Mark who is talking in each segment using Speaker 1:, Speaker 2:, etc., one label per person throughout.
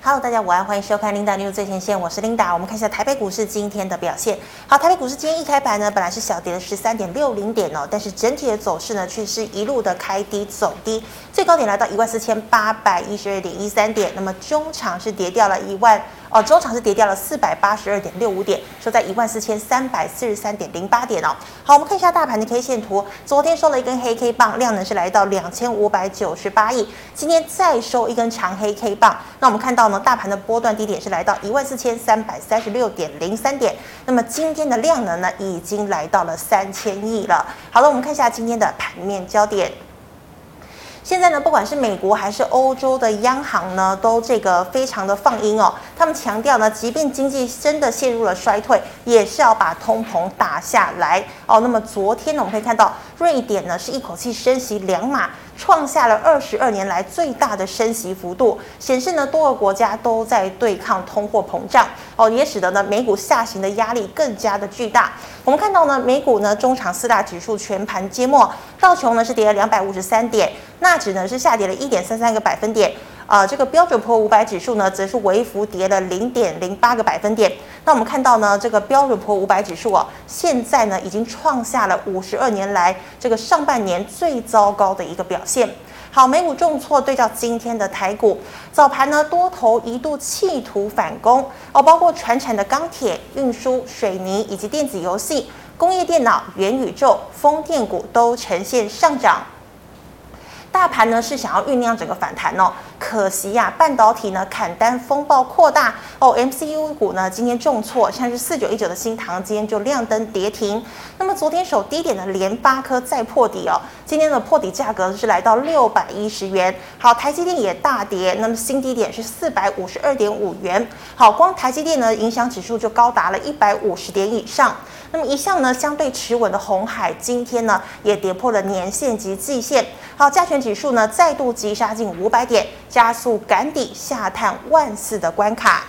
Speaker 1: Hello，大家午安，欢迎收看 Linda News 最前线，我是 Linda。我们看一下台北股市今天的表现。好，台北股市今天一开盘呢，本来是小跌了十三点六零点哦，但是整体的走势呢，却是一路的开低走低，最高点来到一万四千八百一十二点一三点，那么中场是跌掉了一万。哦，中场是跌掉了四百八十二点六五点，收在一万四千三百四十三点零八点哦。好，我们看一下大盘的 K 线图，昨天收了一根黑 K 棒，量能是来到两千五百九十八亿，今天再收一根长黑 K 棒。那我们看到呢，大盘的波段低点是来到一万四千三百三十六点零三点，那么今天的量能呢，已经来到了三千亿了。好了，我们看一下今天的盘面焦点。现在呢，不管是美国还是欧洲的央行呢，都这个非常的放鹰哦。他们强调呢，即便经济真的陷入了衰退，也是要把通膨打下来哦。那么昨天呢，我们可以看到瑞典呢是一口气升息两码，创下了二十二年来最大的升息幅度，显示呢多个国家都在对抗通货膨胀哦，也使得呢美股下行的压力更加的巨大。我们看到呢，美股呢中场四大指数全盘皆末，道琼呢是跌了两百五十三点，纳指呢是下跌了一点三三个百分点，啊、呃，这个标准普尔五百指数呢则是微幅跌了零点零八个百分点。那我们看到呢，这个标准普尔五百指数啊，现在呢已经创下了五十二年来这个上半年最糟糕的一个表现。好，美股重挫对照今天的台股，早盘呢多头一度企图反攻哦，包括船产的钢铁、运输、水泥以及电子游戏、工业电脑、元宇宙、风电股都呈现上涨。大盘呢是想要酝酿整个反弹哦，可惜呀、啊，半导体呢砍单风暴扩大哦，MCU 股呢今天重挫，像是四九一九的新塘今天就亮灯跌停。那么昨天守低点的联发科再破底哦，今天的破底价格是来到六百一十元。好，台积电也大跌，那么新低点是四百五十二点五元。好，光台积电呢影响指数就高达了一百五十点以上。那么一向呢相对持稳的红海，今天呢也跌破了年线及季线。好，加权。指数呢再度急杀近五百点，加速赶底下探万四的关卡。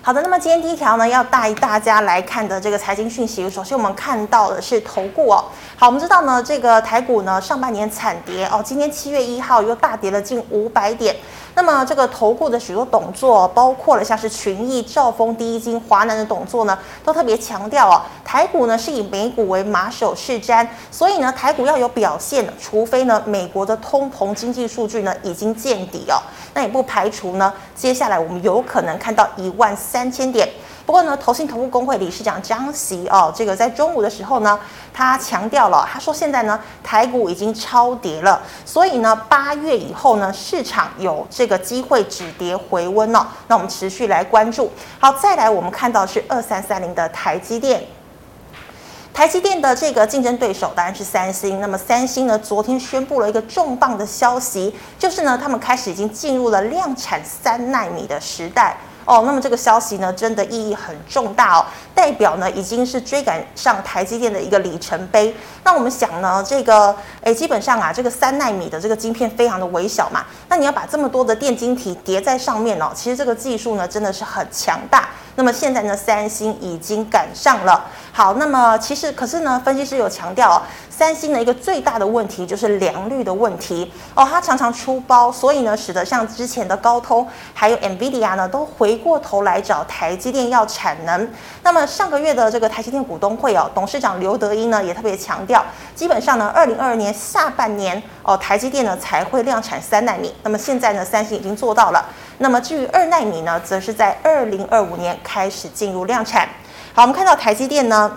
Speaker 1: 好的，那么今天第一条呢，要带大家来看的这个财经讯息，首先我们看到的是投顾哦。好，我们知道呢，这个台股呢上半年惨跌哦，今天七月一号又大跌了近五百点。那么这个投顾的许多董座，包括了像是群益、兆丰、第一金、华南的董座呢，都特别强调哦，台股呢是以美股为马首是瞻，所以呢台股要有表现，除非呢美国的通膨经济数据呢已经见底哦，那也不排除呢接下来我们有可能看到一万三。三千点。不过呢，投信投顾工会理事长张席哦，这个在中午的时候呢，他强调了，他说现在呢，台股已经超跌了，所以呢，八月以后呢，市场有这个机会止跌回温哦。那我们持续来关注。好，再来我们看到是二三三零的台积电。台积电的这个竞争对手当然是三星。那么三星呢，昨天宣布了一个重磅的消息，就是呢，他们开始已经进入了量产三纳米的时代。哦，那么这个消息呢，真的意义很重大哦，代表呢已经是追赶上台积电的一个里程碑。那我们想呢，这个诶，基本上啊，这个三纳米的这个晶片非常的微小嘛，那你要把这么多的电晶体叠在上面哦，其实这个技术呢真的是很强大。那么现在呢，三星已经赶上了。好，那么其实可是呢，分析师有强调哦，三星的一个最大的问题就是良率的问题哦，它常常出包，所以呢，使得像之前的高通还有 NVIDIA 呢，都回过头来找台积电要产能。那么上个月的这个台积电股东会哦，董事长刘德一呢也特别强调，基本上呢，二零二二年下半年哦，台积电呢才会量产三纳米。那么现在呢，三星已经做到了。那么至于二纳米呢，则是在二零二五年开始进入量产。好，我们看到台积电呢，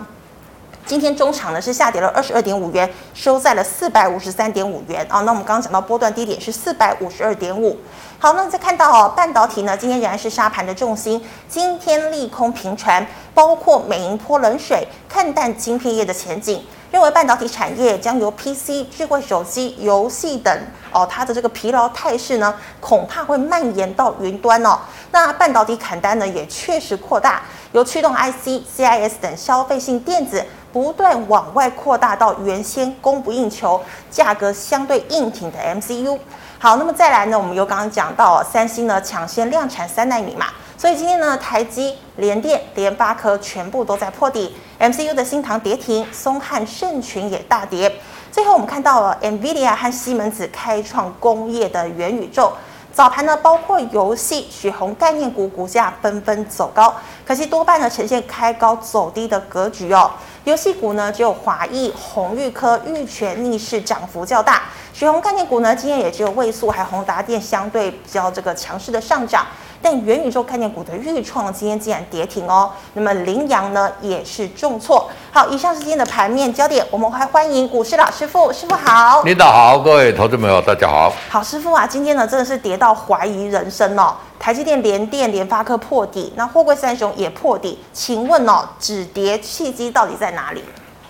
Speaker 1: 今天中场呢是下跌了二十二点五元，收在了四百五十三点五元啊、哦。那我们刚刚讲到波段低点是四百五十二点五。好，那再看到哦，半导体呢，今天仍然是沙盘的重心，今天利空频传，包括美银泼冷水，看淡晶片业的前景。认为半导体产业将由 PC、智慧手机、游戏等哦，它的这个疲劳态势呢，恐怕会蔓延到云端哦。那半导体砍单呢，也确实扩大，由驱动 IC、CIS 等消费性电子不断往外扩大到原先供不应求、价格相对硬挺的 MCU。好，那么再来呢，我们有刚刚讲到、哦，三星呢抢先量产三纳米嘛。所以今天呢，台积、联电、联发科全部都在破底，MCU 的新塘跌停，松汉盛群也大跌。最后我们看到了 NVIDIA 和西门子开创工业的元宇宙。早盘呢，包括游戏、许红概念股股价纷纷走高，可惜多半呢呈现开高走低的格局哦。游戏股呢，只有华谊、红玉科、玉泉逆势涨幅较大，许红概念股呢，今天也只有位数，还有宏达电相对比较这个强势的上涨。但元宇宙概念股的预创今天竟然跌停哦，那么羚羊呢也是重挫。好，以上是今天的盘面焦点，我们还欢迎股市老师傅，师傅好。
Speaker 2: 领导好，各位投资朋友大家好。
Speaker 1: 好，师傅啊，今天呢真的是跌到怀疑人生哦。台积电、联电、联发科破底，那货柜三雄也破底。请问哦，止跌契机到底在哪里？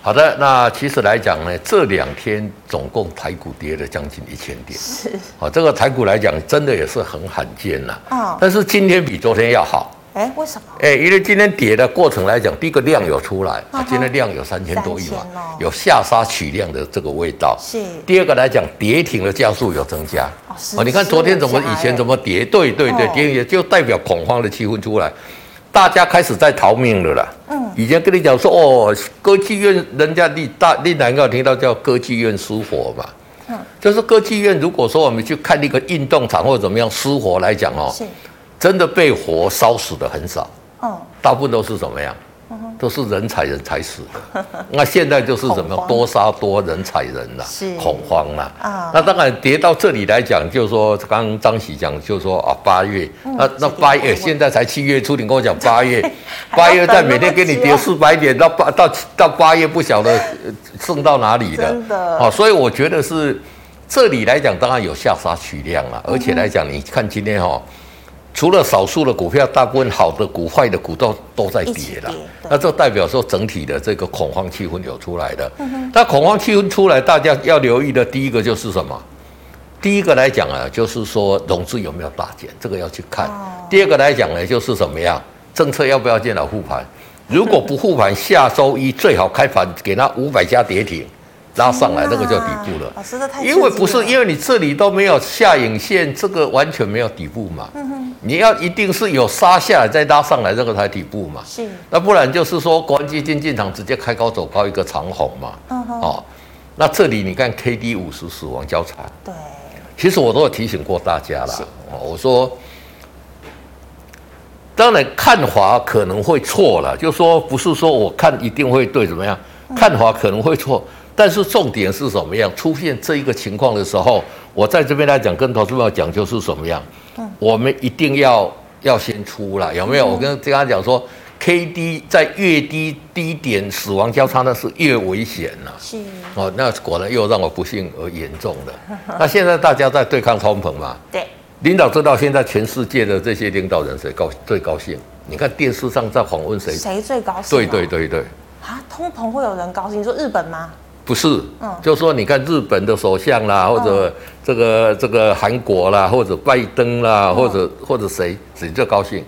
Speaker 2: 好的，那其实来讲呢，这两天总共台股跌了将近一千点，
Speaker 1: 是
Speaker 2: 好、这个台股来讲真的也是很罕见啦。
Speaker 1: 嗯
Speaker 2: 但是今天比昨天要好，
Speaker 1: 哎，为什么？
Speaker 2: 哎、因为今天跌的过程来讲，第一个量有出来，
Speaker 1: 嗯
Speaker 2: 啊
Speaker 1: 哼，
Speaker 2: 今天量有三千多亿嘛，
Speaker 1: 3000哦
Speaker 2: 有下杀取量的这个味道。
Speaker 1: 是
Speaker 2: 第二个来讲，跌停的家数有增加
Speaker 1: 哦是
Speaker 2: 你看
Speaker 1: 是
Speaker 2: 昨天怎么
Speaker 1: 有加
Speaker 2: 以前
Speaker 1: 哎
Speaker 2: 怎么跌，对对对
Speaker 1: 哦，
Speaker 2: 跌也就代表恐慌的气氛出来，大家开始在逃命了啦。
Speaker 1: 嗯，
Speaker 2: 以前跟你讲说哦，歌剧院人家立大立南有听到叫歌剧院失火嘛，
Speaker 1: 嗯
Speaker 2: 就是歌剧院如果说我们去看那个运动场或者怎么样失火来讲哦，
Speaker 1: 是，
Speaker 2: 真的被火烧死的很少。
Speaker 1: 嗯，
Speaker 2: 大部分都是怎么样？都是人踩人踩死 的。那现在就是怎
Speaker 1: 恐
Speaker 2: 么
Speaker 1: 慌
Speaker 2: 样？多杀多，人踩人啦、
Speaker 1: 是
Speaker 2: 恐慌啦、
Speaker 1: 啊
Speaker 2: 那当然跌到这里来讲，就是说刚刚张喜讲，就是说啊，八月，
Speaker 1: 嗯
Speaker 2: 那那
Speaker 1: 是
Speaker 2: 八
Speaker 1: 跌
Speaker 2: 月
Speaker 1: 到，
Speaker 2: 现在才七月初，你跟我讲八月
Speaker 1: 还要
Speaker 2: 八月在
Speaker 1: 等
Speaker 2: 每
Speaker 1: 那么
Speaker 2: 天给你
Speaker 1: 久
Speaker 2: 跌四百点，到八到到八月不晓得呃剩到哪里了。
Speaker 1: 真的
Speaker 2: 哦，所以我觉得是这里来讲，当然有下杀取量了，而且来讲，你看今天哈、哦。除了少数的股票，大部分好的股、坏的股都都在
Speaker 1: 一起
Speaker 2: 跌
Speaker 1: 跌
Speaker 2: 了
Speaker 1: 对。
Speaker 2: 那这代表说整体的这个恐慌气氛有出来的。
Speaker 1: 嗯
Speaker 2: 那恐慌气氛出来，大家要留意的第一个就是什么？第一个来讲啊，就是说融资有没有大减，这个要去看。
Speaker 1: 哦
Speaker 2: 第二个来讲呢，就是怎么样政策要不要见到护盘？如果不护盘，下周一最好开盘给那五百家跌停拉 上来，那个叫底部了
Speaker 1: 啊。老师，这太
Speaker 2: 因为
Speaker 1: 刺
Speaker 2: 不是，
Speaker 1: 激了
Speaker 2: 因为你这里都没有下影线，这个完全没有底部嘛。你要一定是有杀下来再拉上来，这个才底部嘛。
Speaker 1: 是
Speaker 2: 那不然就是说，国安基金进场直接开高走高一个长红嘛。
Speaker 1: 嗯哼
Speaker 2: 哦，那这里你看 K D 五十死亡交叉，
Speaker 1: 对，
Speaker 2: 其实我都有提醒过大家啦
Speaker 1: 是。
Speaker 2: 哦我说，当然看法可能会错了，就说不是说我看一定会对怎么样，看法可能会错，但是重点是什么样？出现这一个情况的时候，我在这边来讲，跟投资朋友讲就是什么样，我们一定要要先出了，有没有？我跟跟他讲说。K D 在越低低点死亡交叉，那是越危险了、
Speaker 1: 是
Speaker 2: 哦，那果然又让我不幸而严重的。那现在大家在对抗通膨嘛，
Speaker 1: 对，
Speaker 2: 领导知道现在全世界的这些领导人谁高最高兴？你看电视上在访问谁？
Speaker 1: 谁最高兴、
Speaker 2: 对对，对对，
Speaker 1: 啊，通膨会有人高兴？你说日本吗？
Speaker 2: 不是，
Speaker 1: 嗯
Speaker 2: 就说你看日本的首相啦，或者这个这个韩国啦，或者拜登啦，或者
Speaker 1: 嗯
Speaker 2: 或者谁谁最高兴？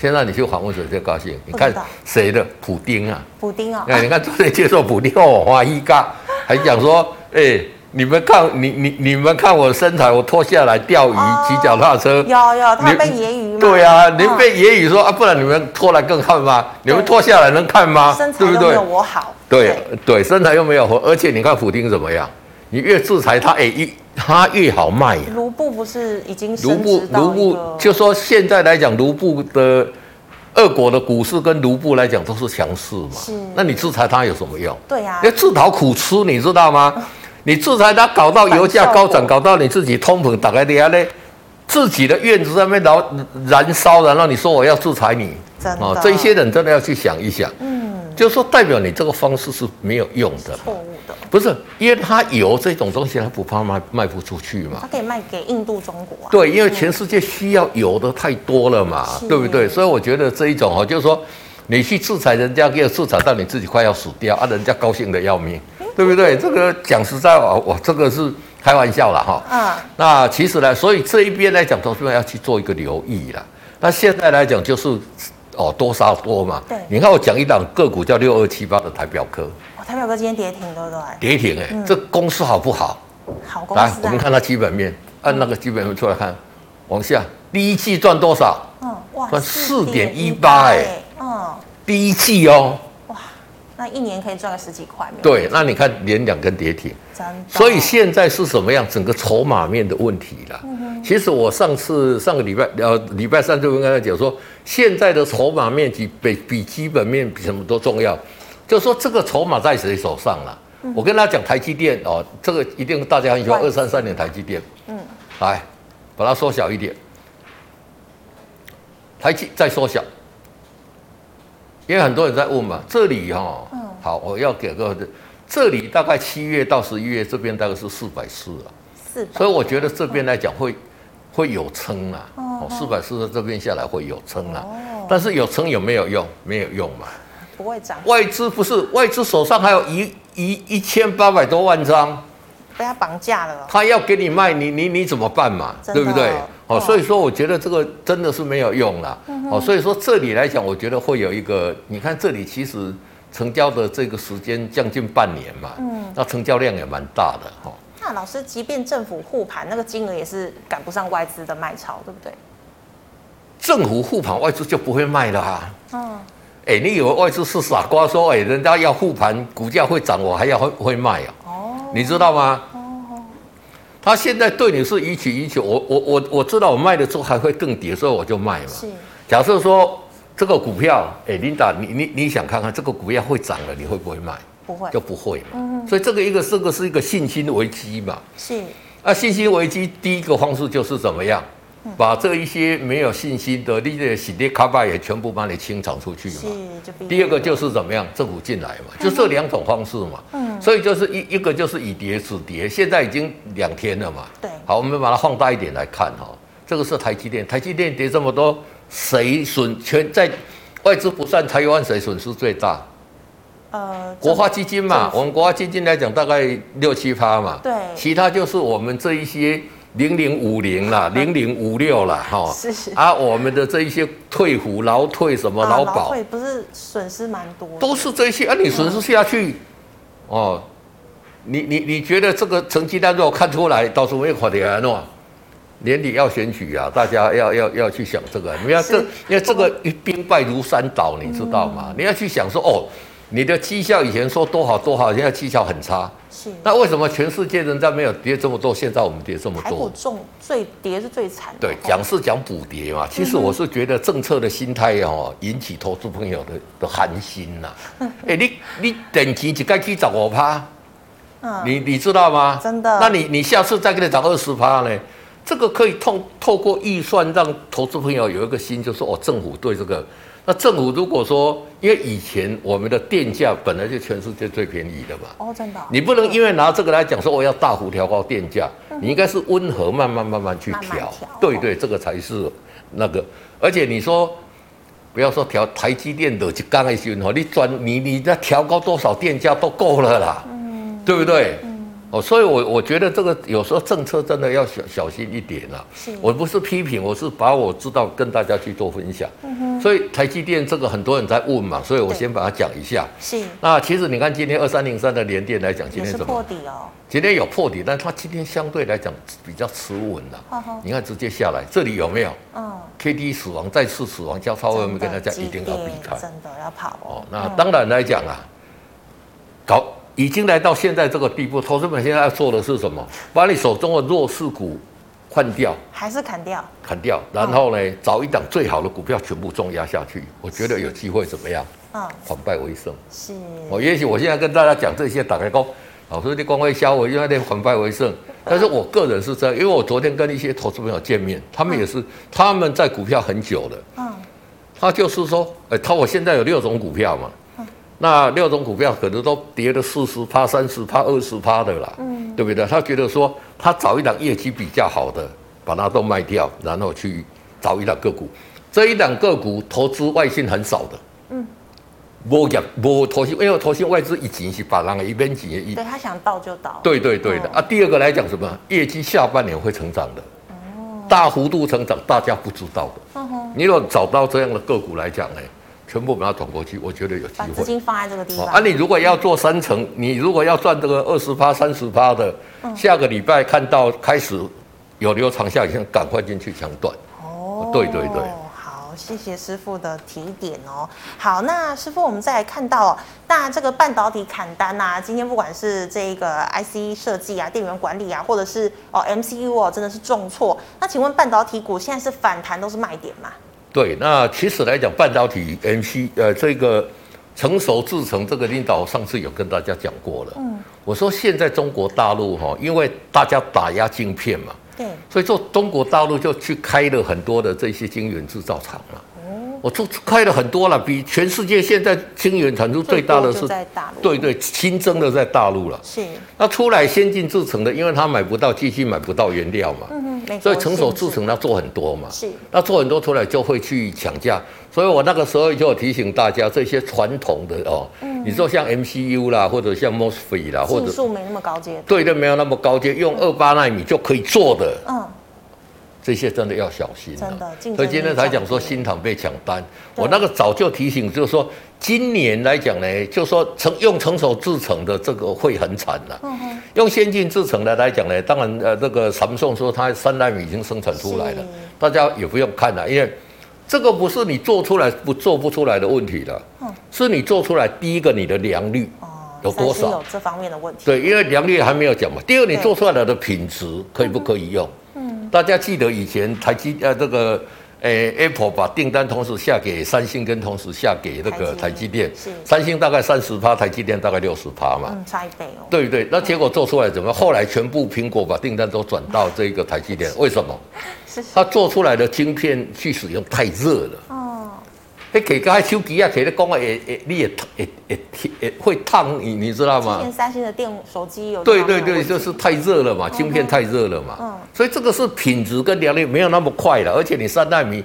Speaker 2: 现在你去访问谁最高兴？你
Speaker 1: 不
Speaker 2: 看
Speaker 1: 知道
Speaker 2: 谁的？普丁啊，
Speaker 1: 补丁哦，
Speaker 2: 哎，你看昨天接受普利我花一嘎，还讲说，哎、你们看你你你们看我身材，我脱下来钓鱼、
Speaker 1: 哦
Speaker 2: 骑脚踏车，
Speaker 1: 有有，他
Speaker 2: 你
Speaker 1: 被揶揄嘛？
Speaker 2: 对啊，您
Speaker 1: 嗯
Speaker 2: 被揶揄说啊，不然你们脱来更看吗？你们
Speaker 1: 对
Speaker 2: 脱下来能看吗？
Speaker 1: 身材
Speaker 2: 对不
Speaker 1: 都没
Speaker 2: 对
Speaker 1: 有？我好。
Speaker 2: 对对，身材又没有活，而且你看普丁怎么样？你越制裁他，哎、一他越好卖呀、
Speaker 1: 卢布不是已经
Speaker 2: 卢
Speaker 1: 升
Speaker 2: 布
Speaker 1: 值到
Speaker 2: 卢
Speaker 1: 一
Speaker 2: 布
Speaker 1: 个
Speaker 2: 就说现在来讲，卢布的俄国的股市跟卢布来讲都是强势嘛，
Speaker 1: 是
Speaker 2: 那你制裁他有什么用？
Speaker 1: 对啊呀、
Speaker 2: 要自讨苦吃，你知道吗？你制裁他，搞到油价
Speaker 1: 反
Speaker 2: 高
Speaker 1: 效
Speaker 2: 涨，
Speaker 1: 果
Speaker 2: 搞到你自己通膨打开底下嘞，自己的院子上面燃燃烧，然后你说我要制裁你
Speaker 1: 真
Speaker 2: 哦
Speaker 1: 的，
Speaker 2: 这一些人真的要去想一想，
Speaker 1: 嗯
Speaker 2: 就是说代表你这个方式是没有用的嘛，
Speaker 1: 错误的，
Speaker 2: 不是？因为他油这种东西，他不怕卖卖不出去嘛
Speaker 1: 它。可以卖给印度、中国啊。
Speaker 2: 对，因为全世界需要油的太多了嘛
Speaker 1: 是，
Speaker 2: 对不对？所以我觉得这一种哦，就是说你去制裁人家，给制裁到你自己快要死掉啊，人家高兴的 要命，对不对？这个讲实在话，我这个是开玩笑啦哈。
Speaker 1: 嗯，
Speaker 2: 那其实呢，所以这一边来讲，投资人要去做一个留意啦。那现在来讲就是哦，多杀多嘛。
Speaker 1: 对
Speaker 2: 你看我讲一档个股叫六二七八的台表科
Speaker 1: 我台表哥今天跌停，对不对？
Speaker 2: 跌停、欸，
Speaker 1: 嗯
Speaker 2: 哎、这公司好不好？
Speaker 1: 好公
Speaker 2: 来，
Speaker 1: 司
Speaker 2: 我们
Speaker 1: 啊，
Speaker 2: 看它基本面，按那个基本面出来看，往下，第一季赚多少？
Speaker 1: 嗯，哇，
Speaker 2: 赚
Speaker 1: 4.18
Speaker 2: 4.18
Speaker 1: 哎，嗯，
Speaker 2: 第一季哦，
Speaker 1: 那一年可以赚个十几块，没有，
Speaker 2: 对，那你看连两根跌停，
Speaker 1: 真的。
Speaker 2: 所以现在是什么样？整个筹码面的问题了。其实我上次上个礼拜呃礼拜三就跟大家讲说，现在的筹码面积比比基本面比什么都重要，就是说这个筹码在谁手上了、我跟他讲台积电哦，这个一定大家很喜欢
Speaker 1: 外
Speaker 2: 二
Speaker 1: 资
Speaker 2: 三三年台积电，嗯，来把它缩小一点，台积再缩小，因为很多人在问嘛，这里哈、哦，
Speaker 1: 嗯
Speaker 2: 好，我要给各位，这里大概七月到十一月这边大概是四百四啊，
Speaker 1: 四百
Speaker 2: 所以我觉得这边来讲会会有撑啊，哦，四百四十这边下来会有撑啊，但是有撑有没有用？没有用嘛。
Speaker 1: 不会涨，
Speaker 2: 外资不是外资手上还有一一一千八百多万张，
Speaker 1: 被它绑架了哦。
Speaker 2: 他要给你卖，你你你怎么办嘛？
Speaker 1: 真的
Speaker 2: 对不对？
Speaker 1: 哦
Speaker 2: 哦，所以说我觉得这个真的是没有用啦。哦，所以说这里来讲，我觉得会有一个，你看这里其实成交的这个时间将近半年嘛，嗯，那成交量也蛮大的哈、哦。
Speaker 1: 那老师，即便政府护盘，那个金额也是赶不上外资的卖超，对不对？
Speaker 2: 政府护盘外资就不会卖了啊。
Speaker 1: 嗯，
Speaker 2: 哎、你以为外资是傻瓜说，哎、人家要护盘，股价会涨，我还要会会卖啊？
Speaker 1: 哦，
Speaker 2: 你知道吗？他现在对你是予取予求，我我我我知道我卖了之后还会更跌，所以我就卖嘛。
Speaker 1: 是
Speaker 2: 假设说这个股票，哎、琳达，你你你想看看这个股票会涨了，你会不会卖？
Speaker 1: 不会
Speaker 2: 就不会
Speaker 1: 嗯
Speaker 2: 嘛。所以这个一个这个是一个信心危机嘛。
Speaker 1: 是
Speaker 2: 那信心危机第一个方式就是怎么样，
Speaker 1: 嗯
Speaker 2: 把这一些没有信心的利的洗跌卡巴也全部把你清场出去嘛。
Speaker 1: 是，就比
Speaker 2: 第二个就是怎么样，政府进来嘛，
Speaker 1: 嗯
Speaker 2: 就这两种方式嘛。嗯，所以就是一一个就是以跌止跌，现在已经两天了嘛。
Speaker 1: 对
Speaker 2: 好，我们把它放大一点来看哈、这个是台积电，台积电跌这么多，谁损全在外资不算台湾谁损失最大？
Speaker 1: 呃
Speaker 2: 国发基金嘛
Speaker 1: 政，府
Speaker 2: 我们国发基金来讲大概六七趴嘛，
Speaker 1: 对
Speaker 2: 其他就是我们这一些零零五 零啦、零零五六啦，哈，
Speaker 1: 是是
Speaker 2: 啊，我们的这一些退服、劳退什么、
Speaker 1: 啊
Speaker 2: 劳保，
Speaker 1: 退不是损失蛮多的，
Speaker 2: 都是这些啊，你损失下去，哦，你你你觉得这个成绩单如果看出来，到时候会垮掉啊喏。年底要选举啊，大家要要要去想这个，你要这
Speaker 1: 是嗯
Speaker 2: 因为这个一兵败如山倒，你知道吗？你要去想说哦，你的绩效以前说多好多好，现在绩效很差，
Speaker 1: 是
Speaker 2: 那为什么全世界人家没有跌这么多，现在我们跌这么
Speaker 1: 台股
Speaker 2: 多？
Speaker 1: 重最跌是最惨的，
Speaker 2: 对
Speaker 1: 哦，嗯
Speaker 2: 讲是讲补跌嘛，其实我是觉得政策的心态哦，引起投资朋友的的寒心呐、哎、你你等级只该去找我趴，
Speaker 1: 嗯
Speaker 2: 你你知道吗？
Speaker 1: 真的
Speaker 2: 那你你下次再给你涨二十趴呢？这个可以透透过预算让投资朋友有一个心，就是哦，政府对这个。那政府如果说，因为以前我们的电价本来就全世界最便宜的嘛，
Speaker 1: 哦真的哦
Speaker 2: 你不能因为拿这个来讲说我要大幅调高电价，你应该是温和慢慢慢慢去
Speaker 1: 嗯慢慢
Speaker 2: 调
Speaker 1: 调，
Speaker 2: 对对，这个才是那个。而且你说不要说调台积电的去刚的时候，你转你你再调高多少电价都够了啦，
Speaker 1: 嗯
Speaker 2: 对不对？哦，所以我，我觉得这个有时候政策真的要小小心一点啊
Speaker 1: 是。
Speaker 2: 我不是批评，我是把我知道跟大家去做分享。所以台积电这个很多人在问嘛，所以我
Speaker 1: 嗯对
Speaker 2: 先把它讲一下。
Speaker 1: 是
Speaker 2: 那其实你看今天二三零三的联电来讲，今
Speaker 1: 也
Speaker 2: 天
Speaker 1: 是
Speaker 2: 怎
Speaker 1: 破
Speaker 2: 么？
Speaker 1: 底哦，
Speaker 2: 今天有破底，但它今天相对来讲比较持稳了、
Speaker 1: 呵呵
Speaker 2: 你看直接下来，这里有没有
Speaker 1: 嗯，
Speaker 2: K D 死亡再次死亡交叉位？我们跟大
Speaker 1: 真的
Speaker 2: 家一定要
Speaker 1: 急
Speaker 2: 避
Speaker 1: 跌
Speaker 2: 开。
Speaker 1: 哦真的要跑
Speaker 2: 哦
Speaker 1: 哦，，
Speaker 2: 那当然来讲啊，搞已经来到现在这个地步，投资们现在要做的是什么？把你手中的弱势股换掉。
Speaker 1: 还是砍掉，
Speaker 2: 砍掉，然后
Speaker 1: 哦
Speaker 2: 呢，找一档最好的股票全部重压下去，我觉得有机会怎么样？
Speaker 1: 嗯
Speaker 2: 反败为胜。
Speaker 1: 是
Speaker 2: 我哦也许我现在跟大家讲这些，打开工，老师你光会消我，因为那反败为胜。但是我个人是这样，因为我昨天跟一些投资朋友见面，他们也是，他们在股票很久了，
Speaker 1: 嗯
Speaker 2: 他就是说，哎、他我现在有六种股票嘛，那六种股票可能都跌了四十趴、三十趴、二十趴的啦，嗯，对不对？他觉得说，他找一档业绩比较好的，把它都卖掉，然后去找一档个股，这一档个股投资外信很少的，嗯，无业无投信，因为投信外资以前是把人的一边钱的一
Speaker 1: 对他想倒就倒，
Speaker 2: 对对对的、
Speaker 1: 哦
Speaker 2: 啊。第二个来讲什么？业绩下半年会成长的，
Speaker 1: 哦
Speaker 2: 大幅度成长，大家不知道的。
Speaker 1: 嗯
Speaker 2: 你如果找到这样的个股来讲呢，全部把它转过去，我觉得有机
Speaker 1: 把资
Speaker 2: 会。
Speaker 1: 金放在这个地
Speaker 2: 哦
Speaker 1: 方，
Speaker 2: 啊，你如果要做三成，你如果要赚这个二十趴、三十趴的，
Speaker 1: 嗯
Speaker 2: 下个礼拜看到开始有流长下影线，赶快进去抢短。
Speaker 1: 哦
Speaker 2: 对对对
Speaker 1: 好，谢谢师傅的提点哦。好，那师傅，我们再来看到、哦，那这个半导体砍单呐、今天不管是这个 IC 设计啊、电源管理啊，或者是哦 MCU 哦，真的是重挫。那请问半导体股现在是反弹都是卖点吗？
Speaker 2: 对，那其实来讲，半导体 MC 呃这个成熟制程这个领导，上次有跟大家讲过了。嗯，我说现在中国大陆哈，因为大家打压晶片嘛，
Speaker 1: 对，
Speaker 2: 所以说中国大陆就去开了很多的这些晶圆制造厂嘛。
Speaker 1: 哦
Speaker 2: 我就开了很多了，比全世界现在晶圆产出最大
Speaker 1: 最
Speaker 2: 的是
Speaker 1: 多就在大陆
Speaker 2: 对对，新增的在大陆了。
Speaker 1: 是，
Speaker 2: 那出来先进制程的，因为他买不到机器，买不到原料嘛，
Speaker 1: 嗯，美国
Speaker 2: 所以成熟制
Speaker 1: 限制
Speaker 2: 程要做很多嘛。
Speaker 1: 是
Speaker 2: 那做很多出来就会去抢价，所以我那个时候就有提醒大家，这些传统的哦，你说像 MCU 啦，或者像 MOSFET 啦，啊或
Speaker 1: 嗯技
Speaker 2: 者
Speaker 1: 术没那么高阶的，
Speaker 2: 对的没有那么高阶，用二八纳米就可以做的，
Speaker 1: 嗯，
Speaker 2: 这些真的要小心、啊。
Speaker 1: 真的竞争力
Speaker 2: 所以今天才讲说
Speaker 1: 降低
Speaker 2: 新塘被抢单，
Speaker 1: 对
Speaker 2: 我那个早就提醒，就是说今年来讲呢，就说成用成熟制成的这个会很惨了、
Speaker 1: 嗯
Speaker 2: 用先进制成的来讲呢，当然呃，这个삼성说它三纳米已经生产出来了
Speaker 1: 是，
Speaker 2: 大家也不用看了，因为这个不是你做出来不做不出来的问题了，
Speaker 1: 嗯
Speaker 2: 是你做出来第一个你的良率
Speaker 1: 哦，
Speaker 2: 有多
Speaker 1: 三星
Speaker 2: 少
Speaker 1: 有这方面的问题，
Speaker 2: 对，因为良率还没有讲嘛。第二，你
Speaker 1: 对
Speaker 2: 做出来的品质可以不可以用？嗯，大家记得以前台积呃这个诶、Apple 把订单同时下给三星，跟同时下给那个
Speaker 1: 台
Speaker 2: 台
Speaker 1: 积
Speaker 2: 积电
Speaker 1: 是，
Speaker 2: 三星大概三十趴，台积电大概六十趴嘛。
Speaker 1: 嗯，差一倍哦，
Speaker 2: 对不对？那结果做出来怎么样？后来全部苹果把订单都转到这个台积电，为什么？
Speaker 1: 是
Speaker 2: 它做出来的晶片去使用太热了。
Speaker 1: 哦，
Speaker 2: 你给个手机啊，给你讲啊，会会你也也也也会烫你，你知道
Speaker 1: 今
Speaker 2: 吗？
Speaker 1: 年三星的电手机有这
Speaker 2: 对
Speaker 1: 方
Speaker 2: 对
Speaker 1: 面的
Speaker 2: 对，
Speaker 1: 问题
Speaker 2: 就是太热了嘛，晶片太热了嘛，
Speaker 1: 嗯
Speaker 2: 所以这个是品质跟良率没有那么快了，而且你三纳米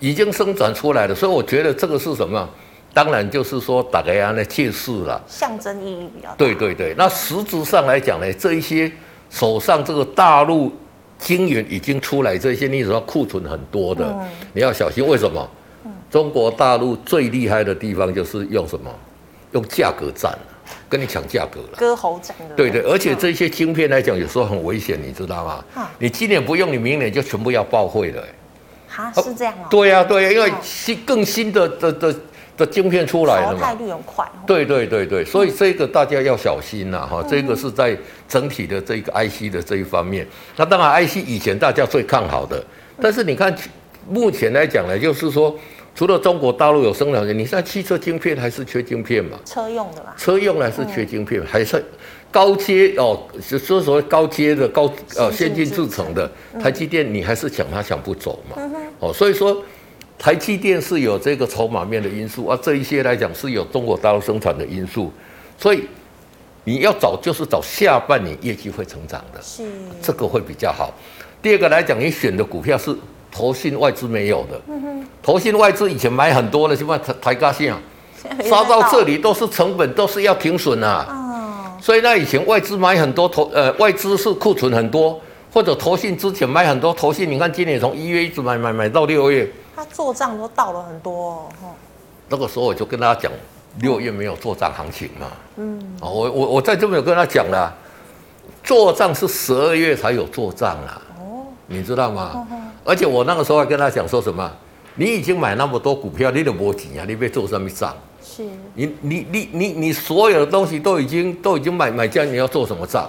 Speaker 2: 已经生产出来了，所以我觉得这个是什么？当然就是说大概啊，那借势了。
Speaker 1: 象征意义比较大，
Speaker 2: 对对对，那实质上来讲呢，这一些手上这个大陆晶圆已经出来，这些你只要库存很多的，
Speaker 1: 嗯
Speaker 2: 你要小心。为什么？中国大陆最厉害的地方就是用什么？用价格战，跟你抢价格了。
Speaker 1: 割喉战的，嗯
Speaker 2: 对对，而且这些晶片来讲，有时候很危险，你知道吗
Speaker 1: 啊？
Speaker 2: 你今年不用，你明年就全部要报废了、欸
Speaker 1: 嗯哈是这样哦，
Speaker 2: 对呀、对呀、啊因为
Speaker 1: 哦
Speaker 2: 新更新的的的的晶片出来了
Speaker 1: 淘汰
Speaker 2: 嘛。
Speaker 1: 率很快哦，
Speaker 2: 对对对对，所以这个大家要小心呐、
Speaker 1: 嗯
Speaker 2: 哈，这个是在整体的这个 IC 的这一方面。那当然，IC 以前大家最看好的，
Speaker 1: 嗯
Speaker 2: 但是你看目前来讲呢，就是说除了中国大陆有生产的，你像汽车晶片还是缺晶片嘛？
Speaker 1: 车用的吧，
Speaker 2: 车用还是缺晶片，还是高阶哦，就说所谓高阶的高呃
Speaker 1: 先
Speaker 2: 先
Speaker 1: 进
Speaker 2: 进
Speaker 1: 制
Speaker 2: 制程嗯的台积电，你还是抢它抢不走嘛。哦，所以说台积电是有这个筹码面的因素啊，这一些来讲是有中国大陆生产的因素，所以你要找就是找下半年业绩会成长的，
Speaker 1: 是
Speaker 2: 这个会比较好。第二个来讲，你选的股票是投信外资没有的，投信外资以前买很多的，现在台台积电啊。杀到这，里都是成本，都是要停损啊。
Speaker 1: 嗯，
Speaker 2: 所以那以前外资买很多投呃外资是库存很多，或者投信之前买很多投信，你看今年从一月一直买买买到六月，
Speaker 1: 他做账都到了很多哦，哦
Speaker 2: 那个时候我就跟大家讲，六月没有做账行情嘛。嗯，哦，我我我在这边有跟他讲啦，做账是十二月才有做账啦。哦，你知道吗？而且我那个时候还跟他讲说什么，你已经买那么多股票，你都没钱啊，你被做什么账？
Speaker 1: 是
Speaker 2: 你你你你你所有的东西都已经都已经买买家，你要做什么账？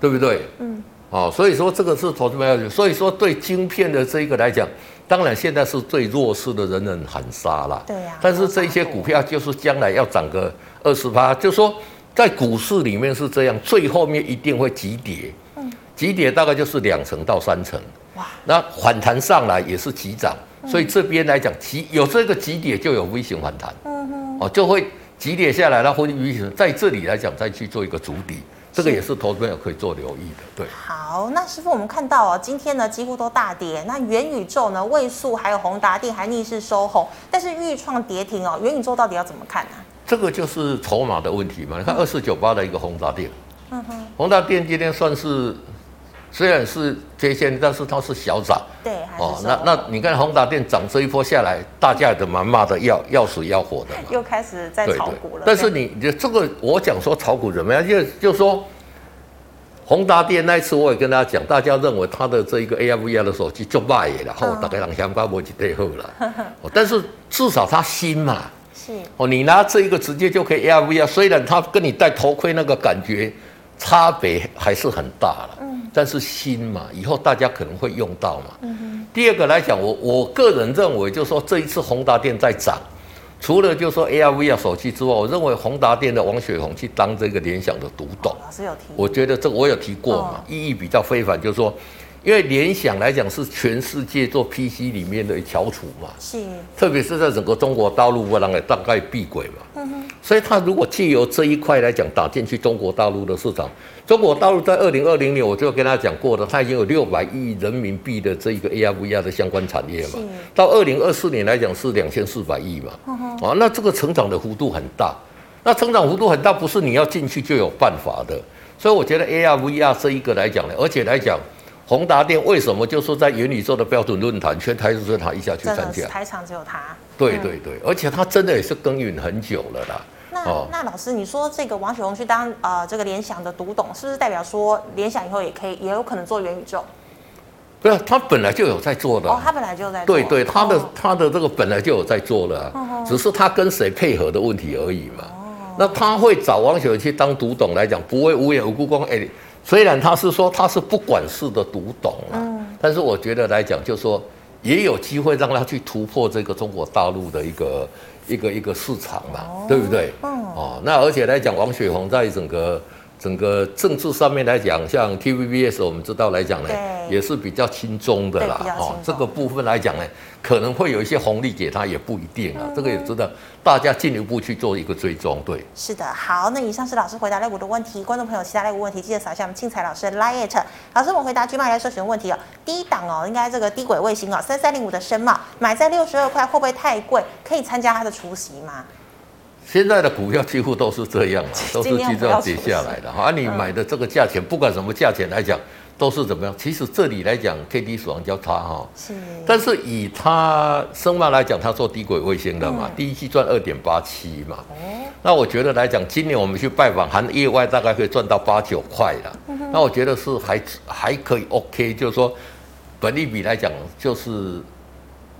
Speaker 2: 对不对？
Speaker 1: 嗯，
Speaker 2: 哦，所以说这个是投资要求，所以说对晶片的这一个来讲，当然现在是最弱势的人人喊杀啦。
Speaker 1: 对呀
Speaker 2: 但是这一些股票就是将来要涨个二十趴，就说在股市里面是这样，最后面一定会急跌。嗯，急跌大概就是两成到三成。
Speaker 1: 哇，
Speaker 2: 那反弹上来也是急涨，
Speaker 1: 嗯
Speaker 2: 所以这边来讲，急有这个急跌就有微型反弹。
Speaker 1: 嗯哼，
Speaker 2: 哦，就会急跌下来，然后于在这里来讲再去做一个筑底，这个也是投资朋友可以做留意的。对，
Speaker 1: 好，那师傅，我们看到哦，今天呢几乎都大跌，那元宇宙呢，位数还有宏达电还逆势收红，但是豫创跌停哦，元宇宙到底要怎么看啊呢、
Speaker 2: 这个就是筹码的问题嘛。你看二四九八的一个宏达电，
Speaker 1: 嗯哼，
Speaker 2: 宏达电今天算是虽然是接线，但是它是小涨。
Speaker 1: 对，还是
Speaker 2: 哦，
Speaker 1: 收
Speaker 2: 那
Speaker 1: 红
Speaker 2: 那你看宏达电涨这一波下来，大家也蛮骂的要要死要活的嘛。
Speaker 1: 又开始在炒股了。
Speaker 2: 但是你你这个我讲说炒股怎么样，就就说宏达电那一次我也跟大家讲，大家认为它的这一个 AR VR 的手机就卖了，然后
Speaker 1: 嗯
Speaker 2: 大概两千八百几对后了，哦但是至少它新嘛，
Speaker 1: 是
Speaker 2: 哦，你拿这一个直接就可以 AR VR，虽啊然它跟你戴头盔那个感觉差别还是很大了，嗯，但是新嘛，以后大家可能会用到嘛。嗯、第二个来讲，我我个人认为，就是说这一次宏达电在涨，除了就是说 AR VR 啊手机之外，我认为宏达电的王雪红去当这个联想的独董，
Speaker 1: 老师有提，
Speaker 2: 我觉得这个我有提过嘛，意义比较非凡，就是说。因为联想来讲是全世界做 PC 里面的翘楚嘛，
Speaker 1: 是
Speaker 2: 特别是在整个中国大陆，不然也大概闭轨嘛。所以它如果借由这一块来讲打进去中国大陆的市场，中国大陆在二零二零年我就跟他讲过的，它已经有六百亿人民币的这一个 AR VR 的相关产业嘛
Speaker 1: 是，嗯
Speaker 2: 到二零二四年来讲是两千四百亿嘛，啊，那这个成长的幅度很大，那成长幅度很大，不是你要进去就有办法的，所以我觉得 AR VR 这一个来讲呢，而且来讲。宏达电为什么就说在元宇宙的标准论坛，全台是他一下去
Speaker 1: 真
Speaker 2: 参
Speaker 1: 的
Speaker 2: 加
Speaker 1: 是，台场只有他。
Speaker 2: 对对对，而且它真的也是耕耘很久了啦。
Speaker 1: 那、
Speaker 2: 哦
Speaker 1: 那老师，你说这个王雪红去当呃这个联想的独董，是不是代表说联想以后也可以也有可能做元宇宙？
Speaker 2: 不是，它啊本来就有在做的啊、
Speaker 1: 哦，他本来就在做嗯
Speaker 2: 对对，它的
Speaker 1: 哦
Speaker 2: 它的这个本来就有在做了啊、只是它跟谁配合的问题而已嘛。
Speaker 1: 哦
Speaker 2: 那他会找王雪去当独董来讲，不会无缘无故光哎。虽然他是说他是不管事的独董啊，
Speaker 1: 嗯
Speaker 2: 但是我觉得来讲，就说也有机会让他去突破这个中国大陆的一个一个一个市场嘛，对不对？
Speaker 1: 嗯
Speaker 2: 哦，那而且来讲，王雪红在整个整个政治上面来讲，像 TVBS 我们知道来讲呢，
Speaker 1: 对
Speaker 2: 也是比较轻松的啦哦
Speaker 1: 对比较，轻松
Speaker 2: 这个部分来讲呢，可能会有一些红利给他，也不一定啊，这个也
Speaker 1: 嗯
Speaker 2: 值得大家进一步去做一个追踪，对。
Speaker 1: 是的，好，那以上是老师回答类股的问题，观众朋友其他类股问题记得扫一下我们庆彩老师的 Lite。老师，我们回答居麦来社群问题哦，第一档哦，应该这个低轨卫星哦，三三零五的申茂买在六十二块会不会太贵？可以参加它的除夕吗？
Speaker 2: 现在的股票几乎都是这样嘛，啊都是
Speaker 1: 尽量
Speaker 2: 这
Speaker 1: 不要嗯
Speaker 2: 样跌下来的哈。啊，你买的这个价钱，不管什么价钱来讲，都是怎么样？其实这里来讲，K D 死亡交叉哈，
Speaker 1: 是，
Speaker 2: 但是以它声茂来讲，它做低轨卫星的嘛，第一季赚二点八七嘛。那我觉得来讲，今年我们去拜访，含业外大概可以赚到八九块了。那我觉得是还还可以 OK，就是说，本利比来讲就是，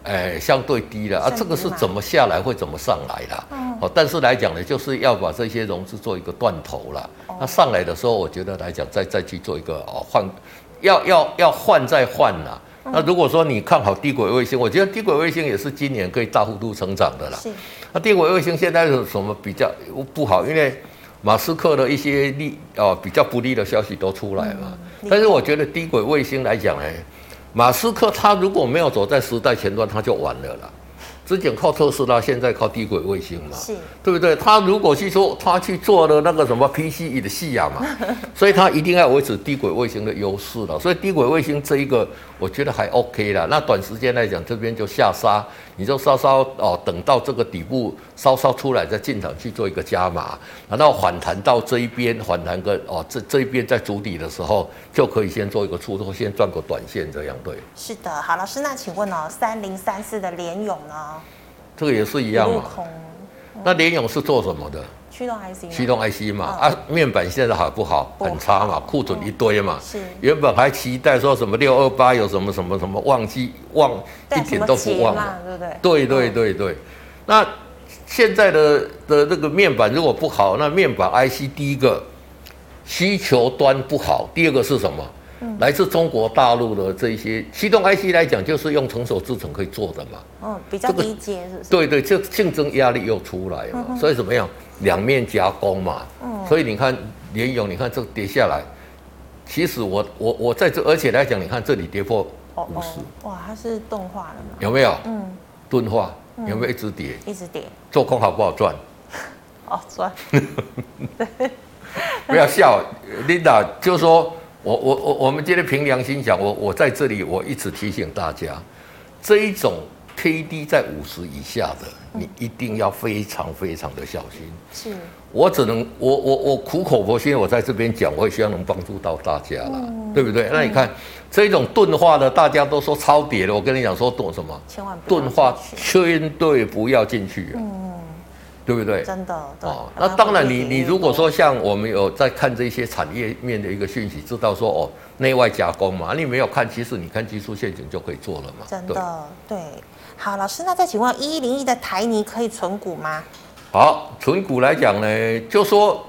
Speaker 2: 哎，相对低了啊。
Speaker 1: 算低
Speaker 2: 这
Speaker 1: 嘛
Speaker 2: 个是怎么下来会怎么上来啦？哦，但是来讲呢，就是要把这些融资做一个断头啦。那上来的时候，我觉得来讲再再去做一个哦换，要要要换再换啦。那如果说你看好低轨卫星，我觉得低轨卫星也是今年可以大幅度成长的啦。
Speaker 1: 是
Speaker 2: 那低轨卫星现在有什么比较不好？因为马斯克的一些利哦比较不利的消息都出来嘛。
Speaker 1: 嗯
Speaker 2: 但是我觉得低轨卫星来讲呢，马斯克他如果没有走在时代前端，他就完了啦。之前靠特斯拉，现在靠低轨卫星嘛，
Speaker 1: 是
Speaker 2: 对不对？他如果去做，他去做了那个什么 PCE 的系啊嘛，所以他一定要维持低轨卫星的优势了。所以低轨卫星这一个，我觉得还 OK 啦。那短时间来讲，这边就下杀，你就稍稍哦，等到这个底部稍稍哦出来再进场去做一个加码，然后反弹到这一边，反弹个哦这这一边在主底的时候，就可以先做一个出脱，先赚个短线这样对。
Speaker 1: 是的，好，老师，那请问哦，三零三四的联勇呢？
Speaker 2: 这个也是一
Speaker 1: 一
Speaker 2: 样
Speaker 1: 路
Speaker 2: 嘛。
Speaker 1: 空，
Speaker 2: 那联勇是做什么的？
Speaker 1: 驱动 IC，吗
Speaker 2: 驱动 IC 嘛，啊，面板现在好不好？
Speaker 1: 嗯不好
Speaker 2: 很差嘛，库存一堆嘛。
Speaker 1: 是
Speaker 2: 原本还期待说什么六二八有什么什么什么，忘记忘
Speaker 1: 对
Speaker 2: 一点都
Speaker 1: 什么
Speaker 2: 不
Speaker 1: 节
Speaker 2: 忘
Speaker 1: 嘛
Speaker 2: 了。，
Speaker 1: 对不对？嗯
Speaker 2: 对对对对，那现在的的那个面板如果不好，那面板 IC 第一个需求端不好，第二个是什么？
Speaker 1: 嗯
Speaker 2: 来自中国大陆的这一些驱动 IC 来讲，就是用成熟制程可以做的嘛。
Speaker 1: 嗯，比较
Speaker 2: 这个
Speaker 1: 低阶是不是？
Speaker 2: 对对，这竞争压力又出来
Speaker 1: 嗯
Speaker 2: 了，所以怎么样，两面夹攻嘛。
Speaker 1: 哦
Speaker 2: 所以你看联勇，你看这跌下来，其实我我我在这，而且来讲，你看这里跌破
Speaker 1: 哦
Speaker 2: 五十、
Speaker 1: 哦，哇，它是动画了嘛，
Speaker 2: 有没有？
Speaker 1: 嗯，
Speaker 2: 钝化有没有一直跌？
Speaker 1: 一直跌，
Speaker 2: 做空好不好 赚？
Speaker 1: 哦，赚，
Speaker 2: 嗯不要笑，Linda，就是说我我我我们今天凭良心讲，我我在这里我一直提醒大家，这一种 K D 在五十以下的，你一定要非常非常的小心。
Speaker 1: 是
Speaker 2: 我只能我我我苦口婆心，我在这边讲，我也希望能帮助到大家啦，
Speaker 1: 哦
Speaker 2: 对不对？那你
Speaker 1: 嗯
Speaker 2: 看、这种钝化的，大家都说超跌的，我跟你讲说钝什么？
Speaker 1: 嗯千万不要
Speaker 2: 钝化
Speaker 1: 进去
Speaker 2: 绝对不要进去啊！对不对？
Speaker 1: 嗯真的对。
Speaker 2: 哦，那当然你，你如果
Speaker 1: 说
Speaker 2: 说像我们有在看这些产业面的一个讯息，知道说哦内外加工嘛，啊你没有看，其实你看技术陷阱就可以做了嘛。
Speaker 1: 真
Speaker 2: 对
Speaker 1: 的对，好，老师，那再请问一一零一的台泥可以存股吗？
Speaker 2: 好，纯股来讲呢，就说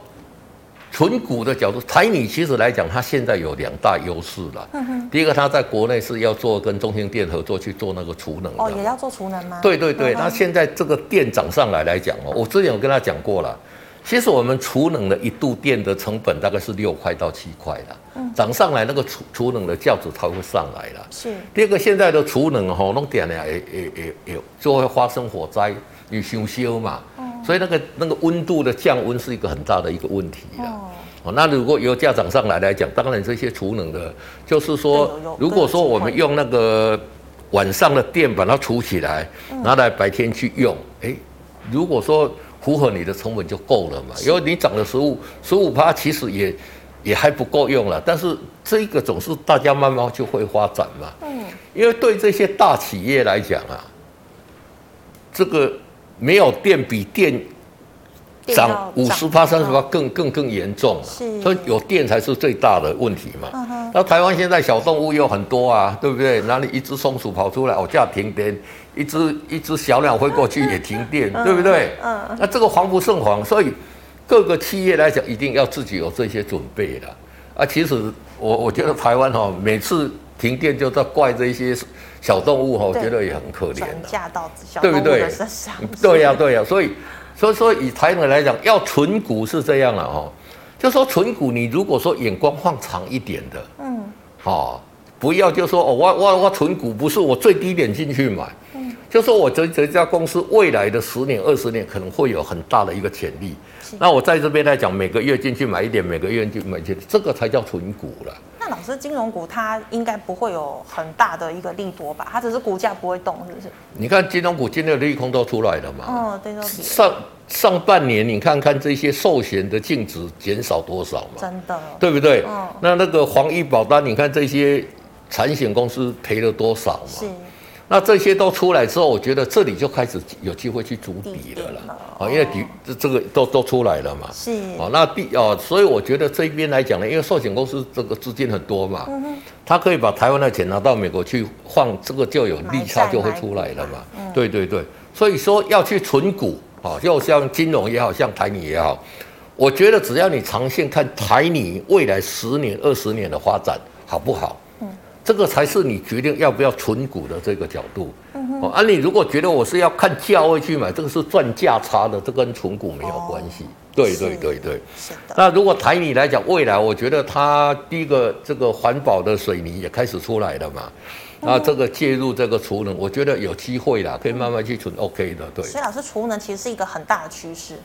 Speaker 2: 纯股的角度，台泥其实来讲，它现在有两大优势了。
Speaker 1: 嗯
Speaker 2: 第一个，它在国内是要做跟中兴电合作去做那个储能的。
Speaker 1: 哦，也要做储能吗？
Speaker 2: 对对对，
Speaker 1: 嗯
Speaker 2: 那现在这个电涨上来来讲哦，我之前有跟他讲过了，其实我们储能的一度电的成本大概是六块到七块啦，
Speaker 1: 嗯
Speaker 2: 涨上来那个储储能的价值才会上来啦。
Speaker 1: 是
Speaker 2: 第二个，现在的储能吼，弄点了也也也也就会发生火灾，你修修嘛，
Speaker 1: 哦
Speaker 2: 所以那个那个温度的降温是一个很大的一个问题啊。
Speaker 1: 哦，
Speaker 2: 哦，那如果油价涨上来来讲，当然这些储能的，就是说
Speaker 1: 对有有，
Speaker 2: 如果说我们用那个晚上的电把它储起来，
Speaker 1: 嗯
Speaker 2: 拿来白天去用，诶，如果说符合你的成本就够了嘛，因为你涨了十五十五趴，其实也也还不够用了，但是这个总是大家慢慢就会发展嘛，
Speaker 1: 嗯，
Speaker 2: 因为对这些大企业来讲啊，这个没有电比电
Speaker 1: 电
Speaker 2: 涨
Speaker 1: 要
Speaker 2: 五十趴、三十趴
Speaker 1: 嗯
Speaker 2: 更更更严重了、
Speaker 1: 是
Speaker 2: 所以有电才是最大的问题嘛。
Speaker 1: 嗯哼
Speaker 2: 那台湾现在小动物有很多啊，对不对？哪里一只松鼠跑出来，哦我叫它停电；一只一只小鸟飞过去也停电，对不对？
Speaker 1: 嗯，
Speaker 2: 那这个防不胜防，所以各个企业来讲，一定要自己有这些准备了。啊，其实我我觉得台湾哈、哦，每次停电就在怪这些小动物哈、哦，我
Speaker 1: 对
Speaker 2: 觉得也很可怜、
Speaker 1: 转
Speaker 2: 啊。
Speaker 1: 嫁到小
Speaker 2: 对
Speaker 1: 动
Speaker 2: 不
Speaker 1: 物
Speaker 2: 对嗯
Speaker 1: 的身上。
Speaker 2: 对啊呀、对呀、所以，所以说以台湾来讲，要存股是这样了哦，就说存股，你如果说眼光放长一点的，
Speaker 1: 嗯，
Speaker 2: 哦，不要就说哦，我我我存股不是我最低点进去买，
Speaker 1: 嗯
Speaker 2: 就说我这这家公司未来的十年、二十年可能会有很大的一个潜力。那我在这边来讲，每个月进去买一点，每个月进去买一点，这个才叫存股了。
Speaker 1: 那老师，金融股它应该不会有很大的一个利多吧？它只是股价不会动，是不是？
Speaker 2: 你看金融股今天的利空都出来了嘛，
Speaker 1: 嗯，对，就是
Speaker 2: 上上半年你看看这些寿险的净值减少多少嘛，
Speaker 1: 真的。
Speaker 2: 对不对？
Speaker 1: 嗯
Speaker 2: 那那个黄医保单，你看这些产险公司赔了多少嘛？
Speaker 1: 是
Speaker 2: 那这些都出来之后，我觉得这里就开始有机会去筑底了
Speaker 1: 底
Speaker 2: 啦
Speaker 1: 了。
Speaker 2: 啊，因为底这这个都都出来了嘛。
Speaker 1: 是，
Speaker 2: 哦，那第哦，所以我觉得这边来讲呢，因为寿险公司这个资金很多嘛，他可以把台湾的钱拿到美国去放，这个就有利
Speaker 1: 买
Speaker 2: 差
Speaker 1: 债
Speaker 2: 就会出来了嘛。对对对，所以说要去存股啊、哦，就像金融也好，像台泥也好，我觉得只要你长线看台泥未来十年、二十年的发展好不好，这个才是你决定要不要存股的这个角度。哦，啊，你如果觉得我是要看价位去买，这个是赚价差的，这跟存股没有关系。对
Speaker 1: 是
Speaker 2: 对对对。
Speaker 1: 是的，
Speaker 2: 那如果台泥来讲，未来我觉得它第一个这个环保的水泥也开始出来了嘛，
Speaker 1: 嗯
Speaker 2: 那这个介入这个储能，我觉得有机会啦，可以慢慢去存，OK 的，对。
Speaker 1: 所以老师储能其实是一个很大的趋势。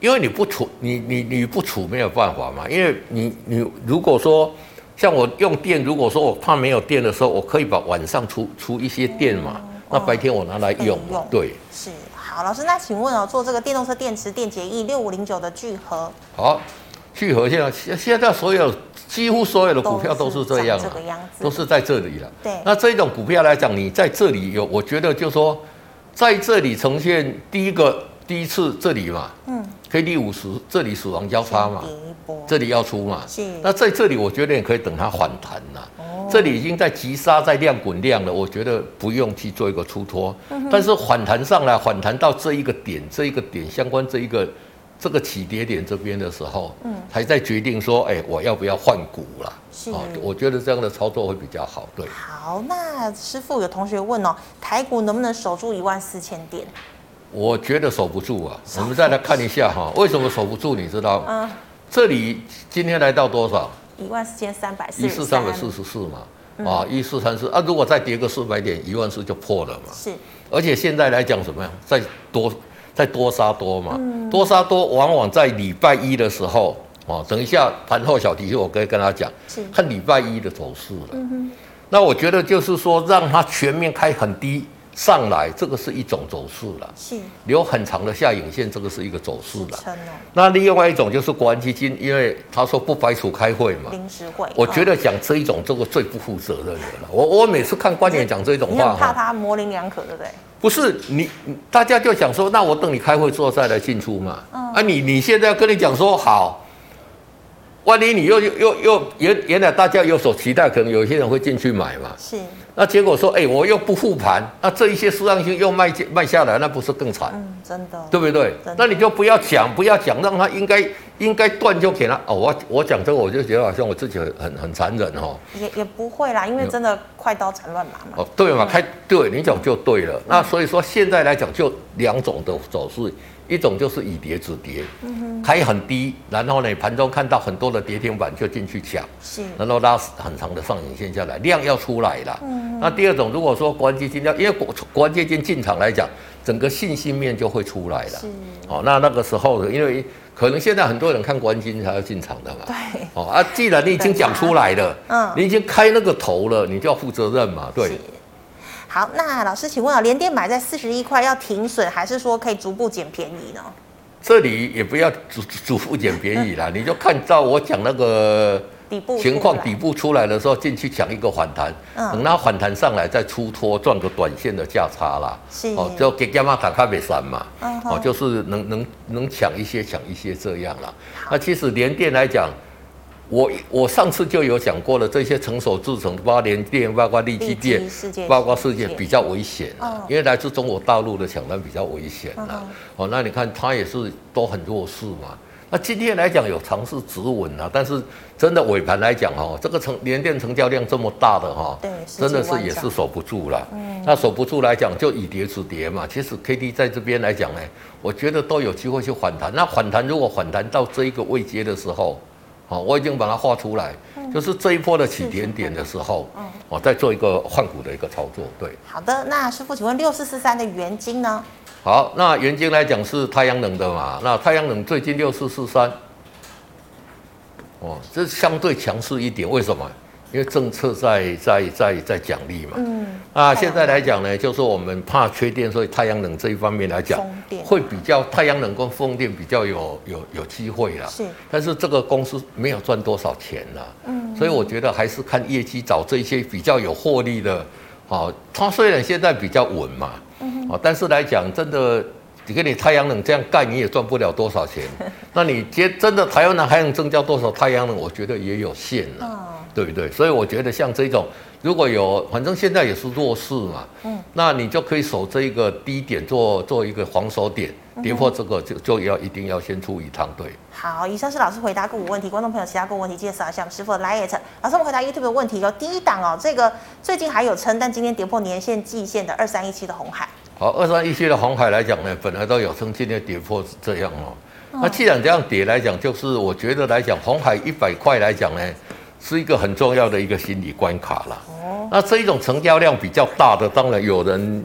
Speaker 2: 因为你不储，你你你不储没有办法嘛，因为你你如果说像我用电，如果说我怕没有电的时候，我可以把晚上出出一些电嘛，那白天我拿来
Speaker 1: 哦
Speaker 2: 用
Speaker 1: 可以
Speaker 2: 嘛
Speaker 1: 用，
Speaker 2: 对。
Speaker 1: 是，好，老师，那请问哦，做这个电动车电池电解液六五零九的聚合
Speaker 2: 好，聚合现在现现在所有几乎所有的股票都是这样
Speaker 1: 都是
Speaker 2: 啊
Speaker 1: 长这个样子
Speaker 2: 都是在这里了。
Speaker 1: 对
Speaker 2: 那这种股票来讲，你在这里有，我觉得就说在这里呈现第一个第一次这里嘛，嗯，K D 五十这里死亡交叉嘛，
Speaker 1: 跌一波，
Speaker 2: 这里要出嘛，
Speaker 1: 是
Speaker 2: 那在这里我觉得你可以等它反弹呐、这里已经在急杀，在量滚量了，我觉得不用去做一个出脱，但是反弹上来，反弹到这一个点，这一个点相关这一个这个起跌点这边的时候，嗯，才在决定说，哎，我要不要换股啦？啊
Speaker 1: 是
Speaker 2: 我觉得这样的操作会比较好，对。
Speaker 1: 好，那师傅有同学问哦，台股能不能守住一万四千点？
Speaker 2: 我觉得守不住啊，我们再来看一下哈、为什么守不住？你知道吗？
Speaker 1: 嗯，
Speaker 2: 这里今天来到多少？
Speaker 1: 一万四千三百四
Speaker 2: 一
Speaker 1: 十
Speaker 2: 四三百四十四嘛，啊，一四三四啊，如果再跌个四百点，一万四就破了嘛。
Speaker 1: 是
Speaker 2: 而且现在来讲怎么样，再多再多杀多嘛，
Speaker 1: 嗯
Speaker 2: 多杀多往往在礼拜一的时候，哦，等一下盘后小提示我可以跟他讲
Speaker 1: 是，嗯
Speaker 2: 看礼拜一的走势了。那我觉得就是说让它全面开很低，上来，这个是一种走势了。
Speaker 1: 是
Speaker 2: 留很长的下影线，这个是一个走势
Speaker 1: 支
Speaker 2: 了。
Speaker 1: 撑哦，
Speaker 2: 那另外一种就是国安基金，因为他说不排除开会嘛，
Speaker 1: 临时会。
Speaker 2: 我觉
Speaker 1: 得
Speaker 2: 得讲这一种这个最不负责任的了。我我每次看官员讲这种
Speaker 1: 你
Speaker 2: 话
Speaker 1: 很怕
Speaker 2: 哈，
Speaker 1: 他模棱两可，对不对？
Speaker 2: 不是你你大家就想说，那我等你开会之后再来进出嘛。
Speaker 1: 嗯
Speaker 2: 啊你，你现在跟你讲说好，万一你又又又又原原来大家有所期待，可能有一些人会进去买嘛。
Speaker 1: 是
Speaker 2: 那结果说，哎、我又不护盘，那这一些市场性又卖进卖下来，那不是更惨？
Speaker 1: 嗯，真的。
Speaker 2: 对不对
Speaker 1: 真的？
Speaker 2: 那你就不要讲，不要讲，让他应该应该断就给他。哦，我我讲这个，我就觉得好像我自己很很很残忍哦。
Speaker 1: 也也不会啦，因为真的快刀斩乱麻嘛。
Speaker 2: 哦，对嘛，开对你讲就对了。那所以说现在来讲，就两种的走势，一种就是以跌止跌，
Speaker 1: 嗯
Speaker 2: 开很低，然后呢盘中看到很多的跌停板就进去抢，
Speaker 1: 是
Speaker 2: 然后拉很长的上影线下来，量要出来了。
Speaker 1: 嗯
Speaker 2: 那第二种，如果说国安基金要，因为国国安基金进场来讲，整个信心面就会出来了
Speaker 1: 是。
Speaker 2: 哦，那那个时候，因为可能现在很多人看国安基金才要进场的嘛。
Speaker 1: 对，
Speaker 2: 哦啊，既然你已经讲出来了，
Speaker 1: 嗯
Speaker 2: 你已经开那个头了，你就要负责任嘛，对
Speaker 1: 是。好，那老师，请问啊，连电买在四十一块要停损，还是说可以逐步捡便宜呢？
Speaker 2: 这里也不要主主主妇捡便 宜啦，你就看到我讲那个
Speaker 1: 底部
Speaker 2: 情况
Speaker 1: 出来
Speaker 2: 底部出来的时候，进去抢一个反弹，
Speaker 1: 嗯
Speaker 2: 等它反弹上来再出脱，赚个短线的价差啦。哦
Speaker 1: 是
Speaker 2: 就给干嘛打咖啡山嘛，
Speaker 1: 嗯哼
Speaker 2: 哦，就是能能能抢一些抢一些这样啦。那其实联电来讲。我我上次就有讲过了，这些成熟制成，包括联电，包括力积电
Speaker 1: 力积世界，
Speaker 2: 包括世界
Speaker 1: 世界
Speaker 2: 比较危险啊，
Speaker 1: 哦
Speaker 2: 因为来自中国大陆的抢单比较危险
Speaker 1: 嗯
Speaker 2: 啊
Speaker 1: 哼。
Speaker 2: 哦，那你看它也是都很弱势嘛。那今天来讲有尝试止稳啊，但是真的尾盘来讲哦，这个成联电成交量这么大的哈、
Speaker 1: 对十
Speaker 2: 真
Speaker 1: 几
Speaker 2: 的是
Speaker 1: 万
Speaker 2: 也
Speaker 1: 张嗯
Speaker 2: 是守不住了。那守不住来讲，就以跌止跌嘛。其实 K D 在这边来讲呢，我觉得都有机会去反弹。那反弹如果反弹到这一个位阶的时候，好、我已经把它画出来，
Speaker 1: 嗯
Speaker 2: 就是这一波的起点点的时候，我、再做一个换股的一个操作，对。
Speaker 1: 好的，那师傅，请问六四四三的原金呢？
Speaker 2: 好，那原晶来讲是太阳能的嘛，那太阳能最近六四四三，哦，这相对强势一点，为什么？因为政策在在在在奖励嘛。
Speaker 1: 嗯，
Speaker 2: 那啊现在来讲呢，就是我们怕缺电，所以太阳能这一方面来讲
Speaker 1: 风电，
Speaker 2: 会比较太阳能跟风电比较有有有机会啦。
Speaker 1: 是
Speaker 2: 但是这个公司没有赚多少钱啦。嗯，所以我觉得还是看业绩，找这些比较有获利的。好、它虽然现在比较稳嘛，
Speaker 1: 嗯
Speaker 2: 哦，但是来讲真的。你跟你太阳能这样干，你也赚不了多 少钱。那你接真的台湾能还能增加多少太阳能？我觉得也有限了、
Speaker 1: 嗯，
Speaker 2: 对不对？所以我觉得像这种，如果有，反正现在也是弱势嘛，嗯，那你就可以守这一个低点做做一个防守点，跌破这个就就要一定要先出一趟，对。
Speaker 1: 好，以上是老师回答个股问题，观众朋友其他个股问题介绍一下我们师傅的 Liet。老师，我们回答 YouTube 的问题有第一档哦，这个最近还有撑，但今天跌破年线、季线的二三一七的红海，
Speaker 2: 好，二三一七的红海来讲呢，本来都有曾今天跌破是这样哦。那既然这样跌来讲，就是我觉得来讲，红海一百块来讲呢，是一个很重要的一个心理关卡啦。哦。那这一种成交量比较大的，当然有人，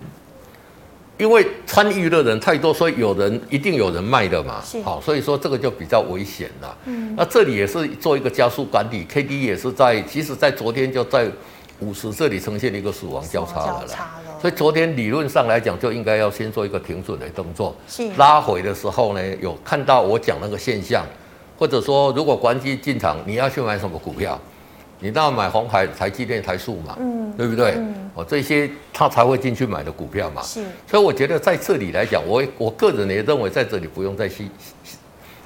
Speaker 2: 因为参与的人太多，所以有人一定有人卖的嘛
Speaker 1: 是。
Speaker 2: 好，所以说这个就比较危险啦。嗯。那这里也是做一个加速管理，K D 也是在，其实在昨天就在五十这里呈现了一个死亡交叉了
Speaker 1: 交
Speaker 2: 啦。
Speaker 1: 叉了
Speaker 2: 所以昨天理论上来讲，就应该要先做一个停损的动作。
Speaker 1: 是
Speaker 2: 拉回的时候呢，有看到我讲那个现象，或者说如果关机进场，你要去买什么股票？你当然买红海、台积电、台塑嘛，
Speaker 1: 嗯
Speaker 2: 对不对？哦，这些他才会进去买的股票嘛。
Speaker 1: 是
Speaker 2: 所以我觉得在这里来讲，我我个人也认为在这里不用再去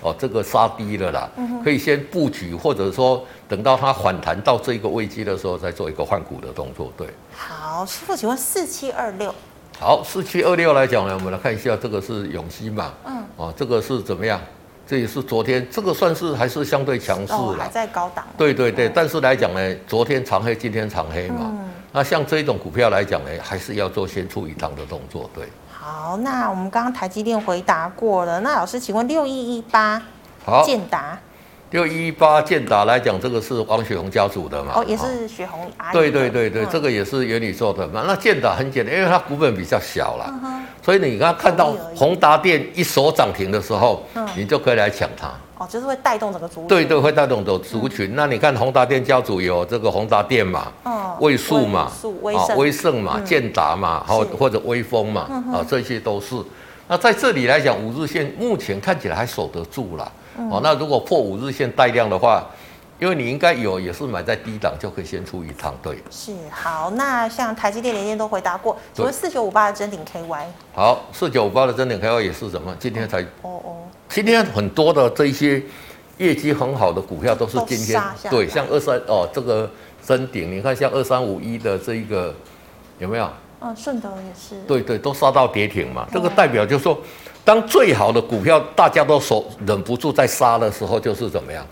Speaker 2: 哦这个杀低了啦，
Speaker 1: 嗯
Speaker 2: 可以先布局，或者说等到它反弹到这个位置的时候，再做一个换股的动作。对，
Speaker 1: 好，师傅，请问四七二六
Speaker 2: 好，四七二六来讲呢，我们来看一下，这个是永熙嘛，
Speaker 1: 嗯，
Speaker 2: 哦，这个是怎么样？这也是昨天，这个算是还是相对强势
Speaker 1: 哦，
Speaker 2: 啦
Speaker 1: 还。哦在高档，
Speaker 2: 对对对，但是来讲呢，昨天长黑，今天长黑嘛，
Speaker 1: 嗯
Speaker 2: 那像这种股票来讲呢，还是要做先出一趟的动作，对。
Speaker 1: 好，那我们刚刚台积电回答过了，那老师，请问六一一八
Speaker 2: 好，
Speaker 1: 建达
Speaker 2: 六一八建达来讲，这个是王雪红家族的嘛？
Speaker 1: 哦，也是雪红阿姨的。
Speaker 2: 对对对对，
Speaker 1: 嗯
Speaker 2: 这个也是元宇宙的嘛。那建达很简单，因为它股本比较小啦，
Speaker 1: 嗯
Speaker 2: 所以你刚刚看到
Speaker 1: 同意而已
Speaker 2: 宏达电一手涨停的时候，
Speaker 1: 嗯
Speaker 2: 你就可以来抢它。
Speaker 1: 哦，就是会带动整个族群。
Speaker 2: 对对，会带动的族群。那你看宏达电家族有这个宏达电嘛，
Speaker 1: 嗯，
Speaker 2: 位数嘛
Speaker 1: 位数，威
Speaker 2: 啊
Speaker 1: 盛，嗯
Speaker 2: 威盛嘛，建达嘛，或
Speaker 1: 是嗯
Speaker 2: 或者威风嘛，啊，这些都是。那在这里来讲，五日线目前看起来还守得住啦。
Speaker 1: 嗯
Speaker 2: 哦，那如果破五日线带量的话，因为你应该有也是买在低档就可以先出一趟，对。
Speaker 1: 是好。那像台积电、联电都回答过，请问四九五八的真顶 KY，
Speaker 2: 好，四九八的真点 KY 也是什么？今天才
Speaker 1: 哦哦，
Speaker 2: 今天很多的这一些业绩很好的股票都是今
Speaker 1: 都
Speaker 2: 天
Speaker 1: 杀下来
Speaker 2: 对，像二三哦这个真顶，你看像二三五一的这一个有没有？
Speaker 1: 嗯，顺德也是，，
Speaker 2: 对对，都杀到跌停嘛。这个
Speaker 1: 嗯
Speaker 2: 代表就是说，当最好的股票大家都手忍不住在杀的时候，就是怎么样？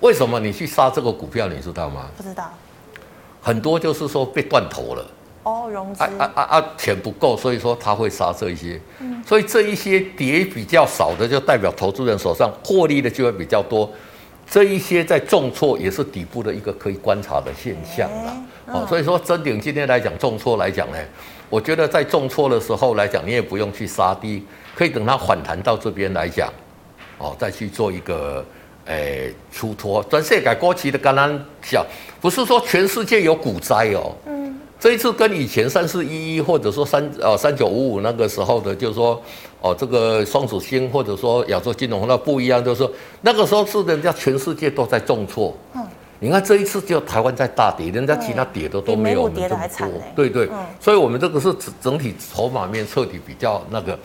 Speaker 2: 为什么你去杀这个股票？你知道吗？
Speaker 1: 不知道
Speaker 2: 很多就是说被断头了。
Speaker 1: 哦，融资
Speaker 2: 啊啊啊啊，钱不够，所以说他会杀这一些，
Speaker 1: 嗯
Speaker 2: 所以这一些跌比较少的，就代表投资人手上获利的机会比较多。这一些在重挫也是底部的一个可以观察的现象啦
Speaker 1: 哎。
Speaker 2: 哦
Speaker 1: 嗯，
Speaker 2: 所以说真顶今天来讲重挫来讲呢，我觉得在重挫的时候来讲，你也不用去杀低，可以等它反弹到这边来讲，哦，再去做一个诶出脱。全世界过去的橄榄小，不是说全世界有股灾哦，
Speaker 1: 嗯，
Speaker 2: 这一次跟以前三四一一或者说三呃三九五五那个时候的，就是说哦这个双子星或者说亚洲金融那不一样，就是说那个时候是人家全世界都在重挫，
Speaker 1: 嗯
Speaker 2: 你看这一次就台湾在大跌，人家
Speaker 1: 对
Speaker 2: 其他跌的
Speaker 1: 比
Speaker 2: 都没
Speaker 1: 美
Speaker 2: 有
Speaker 1: 股
Speaker 2: 我们
Speaker 1: 跌
Speaker 2: 这
Speaker 1: 得
Speaker 2: 么
Speaker 1: 还惨
Speaker 2: 多
Speaker 1: 嘞，
Speaker 2: 对对，
Speaker 1: 嗯
Speaker 2: 所以我们这个是整整体筹码面彻底比较那个。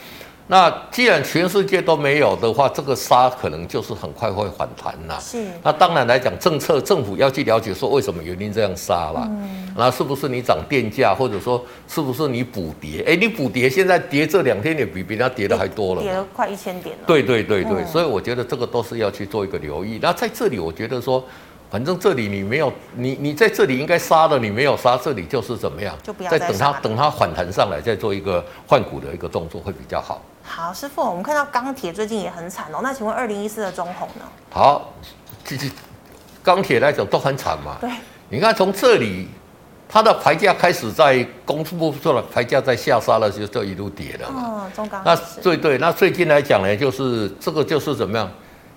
Speaker 2: 那既然全世界都没有的话，这个杀可能就是很快会反弹啦、
Speaker 1: 是
Speaker 2: 那当然来讲，政策政府要去了解说为什么原因这样杀啦，
Speaker 1: 嗯
Speaker 2: 那是不是你涨电价，或者说是不是你补跌？哎，你补跌现在跌这两天也比别人家跌的还多了嘛
Speaker 1: 跌了快一千点了，，
Speaker 2: 对对对对，
Speaker 1: 嗯
Speaker 2: 所以我觉得这个都是要去做一个留意。那在这里，我觉得说，反正这里你没有你你在这里应该杀了，你没有杀，这里就是怎么样？
Speaker 1: 就不要
Speaker 2: 再
Speaker 1: 再
Speaker 2: 等
Speaker 1: 杀
Speaker 2: 它
Speaker 1: 了
Speaker 2: 等它反弹上来，再做一个换股的一个动作会比较好。
Speaker 1: 好，师傅，我们看到钢铁最近也很惨哦，那请问二零一四的中红呢？
Speaker 2: 好，其实钢铁来讲都很惨嘛。
Speaker 1: 对，
Speaker 2: 你看从这里，它的牌价开始在公布出来，牌价在下杀了，就就一路跌了嘛。
Speaker 1: 嗯，中钢
Speaker 2: 那
Speaker 1: 也是
Speaker 2: 对对，那最近来讲呢，就是这个就是怎么样，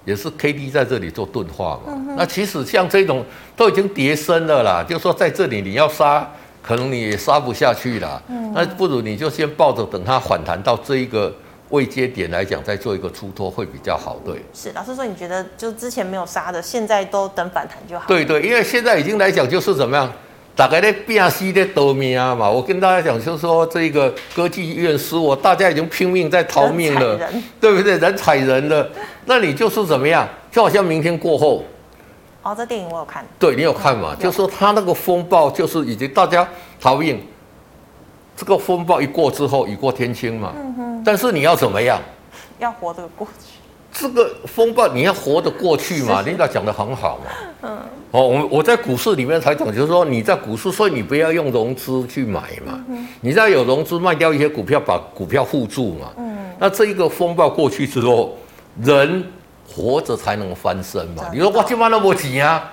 Speaker 2: 也是 K D 在这里做钝化嘛。那其实像这种都已经跌深了啦，就说在这里你要杀，可能你也杀不下去啦。那不如你就先抱着，等它反弹到这一个位阶点来讲，再做一个出脱会比较好。对。
Speaker 1: 是老师说，你觉得就之前没有杀的，现在都等反弹就好，，
Speaker 2: 对对，因为现在已经来讲就是怎么样，大概在变西在得命啊嘛。我跟大家讲，就是说这个歌剧院失火，大家已经拼命在逃命了
Speaker 1: 人踩人，
Speaker 2: 对不对？人踩人了，那你就是怎么样？就好像明天过后，
Speaker 1: 哦，这电影我有看，
Speaker 2: 对你有看嘛？就说他那个风暴，就是已经大家逃命，这个风暴一过之后，雨过天晴嘛。
Speaker 1: 嗯
Speaker 2: 但是你要怎么样？
Speaker 1: 要活这个过去，
Speaker 2: 这个风暴你要活得过去嘛？领导讲得很好嘛。嗯。哦，我我在股市里面才讲，就是说你在股市，所以你不要用融资去买嘛。你在有融资卖掉一些股票，把股票护住嘛。嗯。那这一个风暴过去之后，人活着才能翻身嘛
Speaker 1: 真。的
Speaker 2: 你说我今晚那么急啊？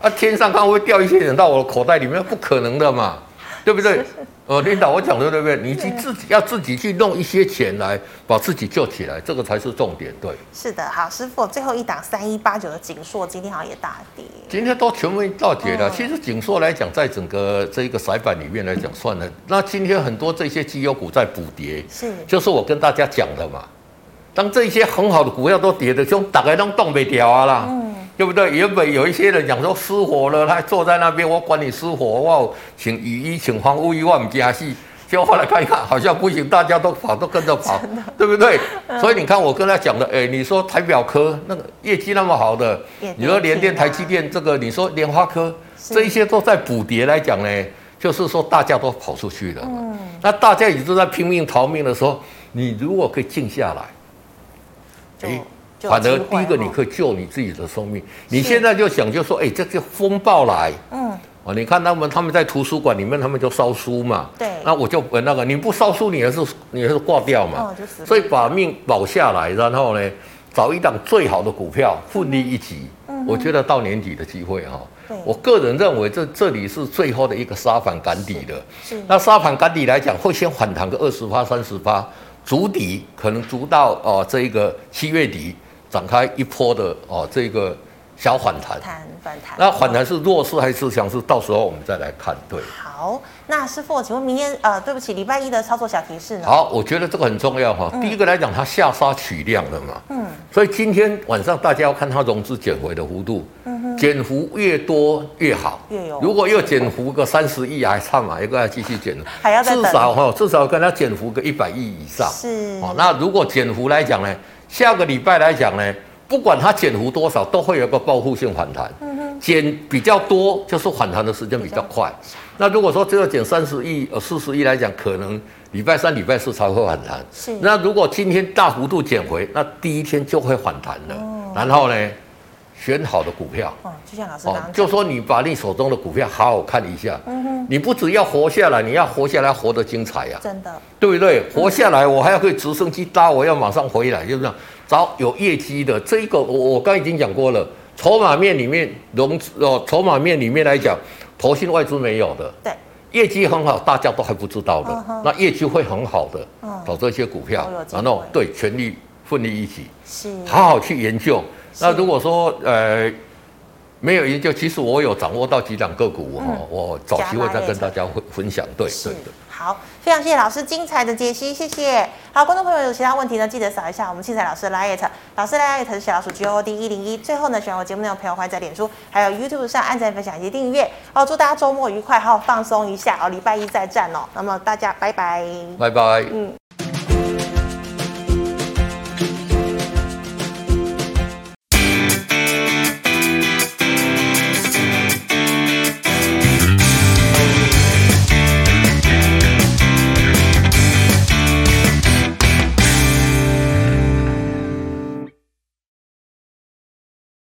Speaker 2: 啊，天上刚会掉一些人到我的口袋里面，不可能的嘛，对不对？呃，领导，我讲的对不对？你去自己要自己去弄一些钱来把自己救起来，这个才是重点，对。
Speaker 1: 是的，好，师傅，最后一档三一八九的锦硕今天好像也大跌，
Speaker 2: 今天都全面到跌了。
Speaker 1: 嗯
Speaker 2: 其实紧缩来讲，在整个这一个窄板里面来讲，算了。那今天很多这些绩优股在补跌，
Speaker 1: 是
Speaker 2: 就是我跟大家讲的嘛。当这些很好的股票都跌的，就大概都动不掉啊啦，
Speaker 1: 嗯
Speaker 2: 对不对？原本有一些人讲说失火了，他坐在那边，我管你失火，我请雨衣，请防雾衣，我们加戏。结果后来看一看，好像不行，大家都跑，都跟着 跑，对不对？
Speaker 1: 嗯
Speaker 2: 所以你看我跟他讲的，哎，你说台表科那个业绩那么好的
Speaker 1: 也，
Speaker 2: 你说联
Speaker 1: 跌
Speaker 2: 电、
Speaker 1: 停啊
Speaker 2: 台积电这个，你说联发科
Speaker 1: 是
Speaker 2: 这一些都在补跌来讲呢，就是说大家都跑出去了嘛。
Speaker 1: 嗯
Speaker 2: 那大家也都在拼命逃命的时候，你如果可以静下来，
Speaker 1: 就
Speaker 2: 诶
Speaker 1: 就有
Speaker 2: 反而
Speaker 1: 机
Speaker 2: 哎第
Speaker 1: 会
Speaker 2: 一个
Speaker 1: 哦
Speaker 2: 你可以救你自己的生命。你
Speaker 1: 是
Speaker 2: 现在就想就说，哎、这个风暴来
Speaker 1: 嗯，
Speaker 2: 啊！你看他们他们在图书馆里面，他们就烧书嘛。
Speaker 1: 对
Speaker 2: 那我就呃那个，你不烧书，你还是你还是挂掉嘛。
Speaker 1: 哦就死了
Speaker 2: 所以把命保下来，然后呢，找一档最好的股票，奋力一击。嗯我觉得到年底的机会哈、
Speaker 1: 对
Speaker 2: 我个人认为这这里是最后的一个沙盘赶底的。
Speaker 1: 是
Speaker 2: 那沙盘赶底来讲，会先反弹个二十八、三十八，足底可能足到哦、这一个七月底展开一波的哦、这个小反弹。
Speaker 1: 弹反弹。
Speaker 2: 那反弹是弱势还是强势？到时候我们再来看。对，
Speaker 1: 好，那师傅，请问明天呃，对不起，礼拜一的操作小提示呢？
Speaker 2: 好，我觉得这个很重要哈、
Speaker 1: 嗯
Speaker 2: 第一个来讲，它下杀取量了嘛，嗯，所以今天晚上大家要看它融资减回的幅度，嗯减幅越多越好，
Speaker 1: 越有
Speaker 2: 如果又减幅个三十亿还差嘛，一个要继续减，
Speaker 1: 还要再
Speaker 2: 至
Speaker 1: 等
Speaker 2: 少哈、至少跟它减幅个一百亿以上，
Speaker 1: 是
Speaker 2: 哦，那如果减幅来讲呢，下个礼拜来讲呢，不管它减幅多少，都会有一个报复性反弹。减比较多，就是反弹的时嗯间比较快。那如果说只有减三十亿、呃四十亿来讲，可能礼拜三、礼拜四才会反弹。
Speaker 1: 是
Speaker 2: 那如果今天大幅度减回，那第一天就会反弹了。然后呢，选好的股票。
Speaker 1: 哦，就像老师刚
Speaker 2: 哦
Speaker 1: 刚讲，嗯
Speaker 2: 就说你把你手中的股票好好看一下，你不只要活下来，你要活下来，活得精彩啊呀、
Speaker 1: 真的
Speaker 2: 对不对？活下来，我还要可以直升机搭，我要马上回来，就是这样。找有业绩的这一个，我我刚已经讲过了，筹码面里面融资哦，筹码面里面来讲，投信外资没有的，
Speaker 1: 对，
Speaker 2: 业绩很好，大家都还不知道的，那业绩会很好的，找这些股票
Speaker 1: 嗯都有，机会嗯
Speaker 2: 然后对全力奋力一起，
Speaker 1: 是
Speaker 2: 好好去研究。那如果说呃没有研究，其实我有掌握到几档个股哈、
Speaker 1: 嗯
Speaker 2: 我找机会再跟大家分分享。对
Speaker 1: 是
Speaker 2: 对对。
Speaker 1: 好，非常谢谢老师精彩的解析，谢谢。好，观众朋友有其他问题呢，记得扫一下我们庆彩老师的 liet，老师的 liet 是小老鼠 G O D 一零一。最后呢，喜欢我节目内容的朋友，欢迎在脸书还有 YouTube 上按赞、分享以及订阅。哦，祝大家周末愉快，好好放松一下哦，礼拜一再战哦。那么大家拜拜。
Speaker 2: 拜拜。